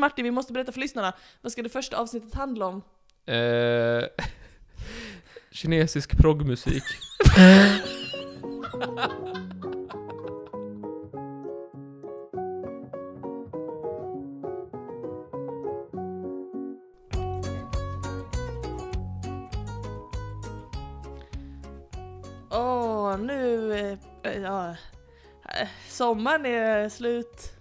Martin, vi måste berätta för lyssnarna. Vad ska det första avsnittet handla om? Eh, kinesisk proggmusik. Åh, nu... eh, Ja, eh, sommaren är slut.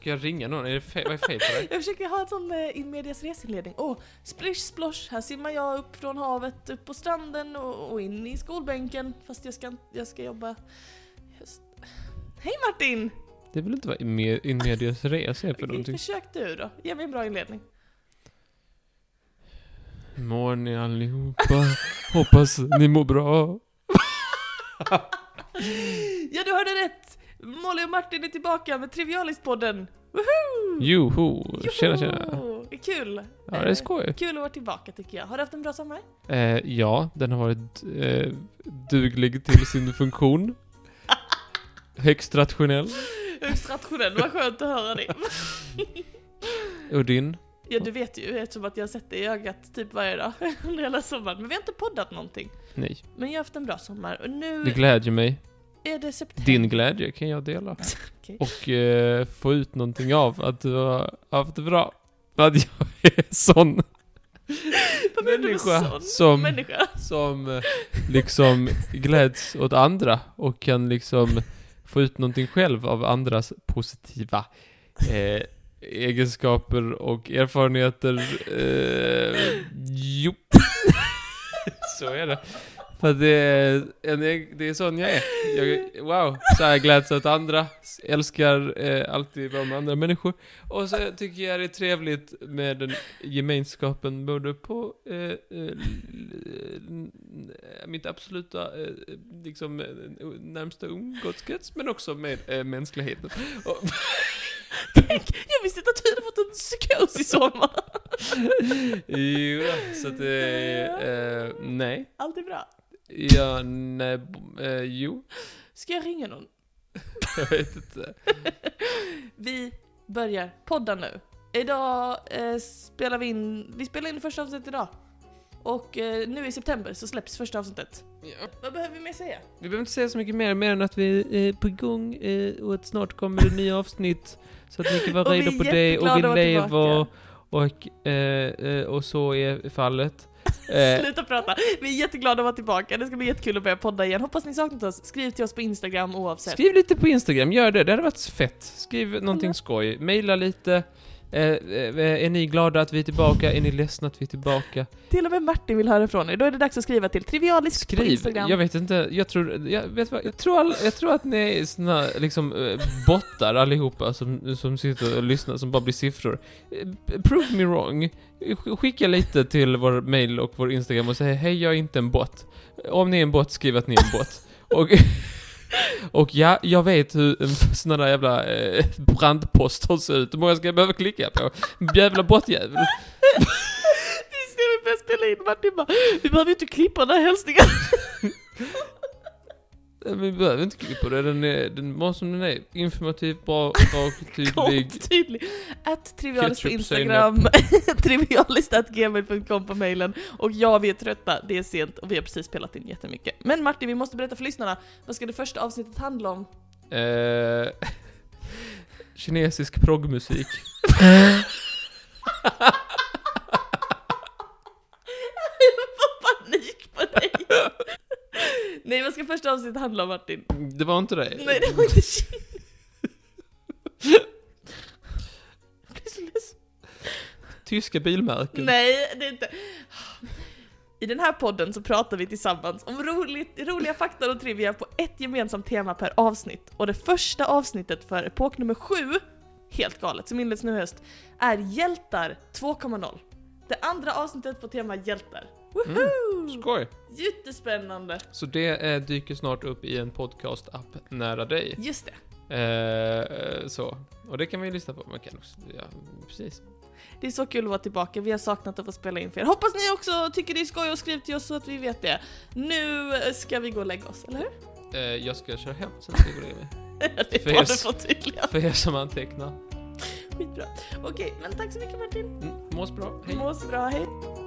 Ska jag ringa någon? Är det fe- vad är fel på dig? Jag försöker ha en sån eh, in medias resinledning. Åh, splish splosh, här simmar jag upp från havet, upp på stranden och, och in i skolbänken. Fast jag ska, inte- jag ska jobba... Just. Hej Martin! Det vill inte vara in med- in medias res är för Okej, någonting. försök du då. Ge mig en bra inledning. Mår ni allihopa? Hoppas ni mår bra. Ja, du hörde rätt! Molly och Martin är tillbaka med Trivialist-podden. Woho! Joho! Tjena tjena! Joho! Det är Kul! Ja, det är skoj. Kul att vara tillbaka tycker jag. Har du haft en bra sommar? Eh, ja, den har varit eh, duglig till sin funktion. Högst rationell. Högst rationell, vad skönt att höra det. Och din? Ja, du vet ju eftersom att jag har sett dig i ögat typ varje dag under hela sommaren. Men vi har inte poddat någonting. Nej. Men jag har haft en bra sommar och nu Det glädjer mig. är det september. Din glädje kan jag dela. Okej. Och eh, få ut någonting av att du har haft det bra. Att jag är sån Vad menar du med människa Mm. sån som, människa? som eh, liksom gläds åt andra och kan liksom få ut någonting själv av andras positiva eh, egenskaper och erfarenheter. Eh, jo. Så är det. För att det är, en, eg- det är sån jag är. Jag, wow, så här gläds åt andra, älskar eh, alltid vara med andra människor. Och så tycker jag det är trevligt med den gemenskapen både på eh, eh, l- n- mitt absoluta eh, liksom, eh, närmsta umgåtskrets, men också med eh, mänskligheten. Och, Tänk, jag visste inte att du hade fått en psykos i sommar. jo, så att eh, eh, nej. Allt är bra. Ja, nej, b- eh, jo. Ska jag ringa någon? Jag vet inte. Vi börjar podda nu. Idag eh, spelar vi in, vi spelar in det första avsnittet idag. Och eh, nu i september så släpps första avsnittet. Ja. Vad behöver vi mer säga? Vi behöver inte säga så mycket mer, mer än att vi är eh, på gång eh, och att snart kommer det nya avsnitt. Så att ni kan vara Och vi redo är på det och vi jätteglada att vara lever tillbaka. och, eh, eh, och så är fallet. Eh, Sluta prata. Vi är jätteglada att vara tillbaka. Det ska bli jättekul att börja podda igen. Hoppas ni saknat oss. Skriv till oss på Instagram oavsett. skriv lite på Instagram, gör det. Det hade varit fett. Skriv någonting skoj. Maila lite. Eh, eh, är ni glada att vi är tillbaka? Är ni ledsna att vi är tillbaka? Till och med Martin vill höra från er. Då är det dags att skriva till Trivialisk på Skriv! Instagram. Jag vet inte, jag tror, jag vet vad, jag tror, all, jag tror att ni är såna, liksom, eh, bottar allihopa som, som sitter och lyssnar, som bara blir siffror. Eh, Prove me wrong. Sk- Skicka lite till vår mail och vår Instagram och säg hej, jag är inte en bot. Om ni är en bot, skriv att ni är en bot. Och, och ja, jag vet hur en sån där jävla eh, brandposter ser ut. Hur många ska jag behöva klicka på? Jävla bottjävel. Visst är vi börjar spela in Martin bara, vi behöver ju inte klippa den här hälsningen. Nej, men Eh, Vi behöver inte klippa det, den, är, den var som den är. Informativ, bra, rak, tydlig. Kort, tydlig. Att Trivialist på Ketchup, Instagram, trivialist.gmail.com på mailen. Och ja, vi är trötta, det är sent och vi har precis spelat in jättemycket. Men Martin, vi måste berätta för lyssnarna, vad ska det första avsnittet handla om? Eh, kinesisk proggmusik. Jag får panik på dig! Nej, vad ska första avsnittet handla om Martin? Det var inte det. Nej, det var inte Kina. Jag blir så ledsen. Tyska bilmärken. Nej, det är inte. I den här podden så pratar vi tillsammans om roligt, roliga fakta och trivia på ett gemensamt tema per avsnitt. Och det första avsnittet för epok nummer sju, helt galet, som inleds nu i höst, är Hjältar 2.0. Det andra avsnittet på tema Hjältar. Woho! Skoj. Jättespännande! Så det eh, dyker snart upp i en podcast-app nära dig. Just det, Eh, Eh, så. Och det kan vi lyssna på. Man kan också, ja, precis. det är så kul att vara tillbaka, vi har saknat att få spela in för er. Hoppas ni också tycker det är skoj och skriv till oss så att vi vet det. Nu ska vi gå och lägga oss, eller hur? Eh, jag ska köra hem sen ska jag gå och lägga mig. Det För var er- det för tydliga. För er som antecknar. Skitbra. Okej, men tack så mycket Martin. Mm, mås bra, hej. Må så bra, hej.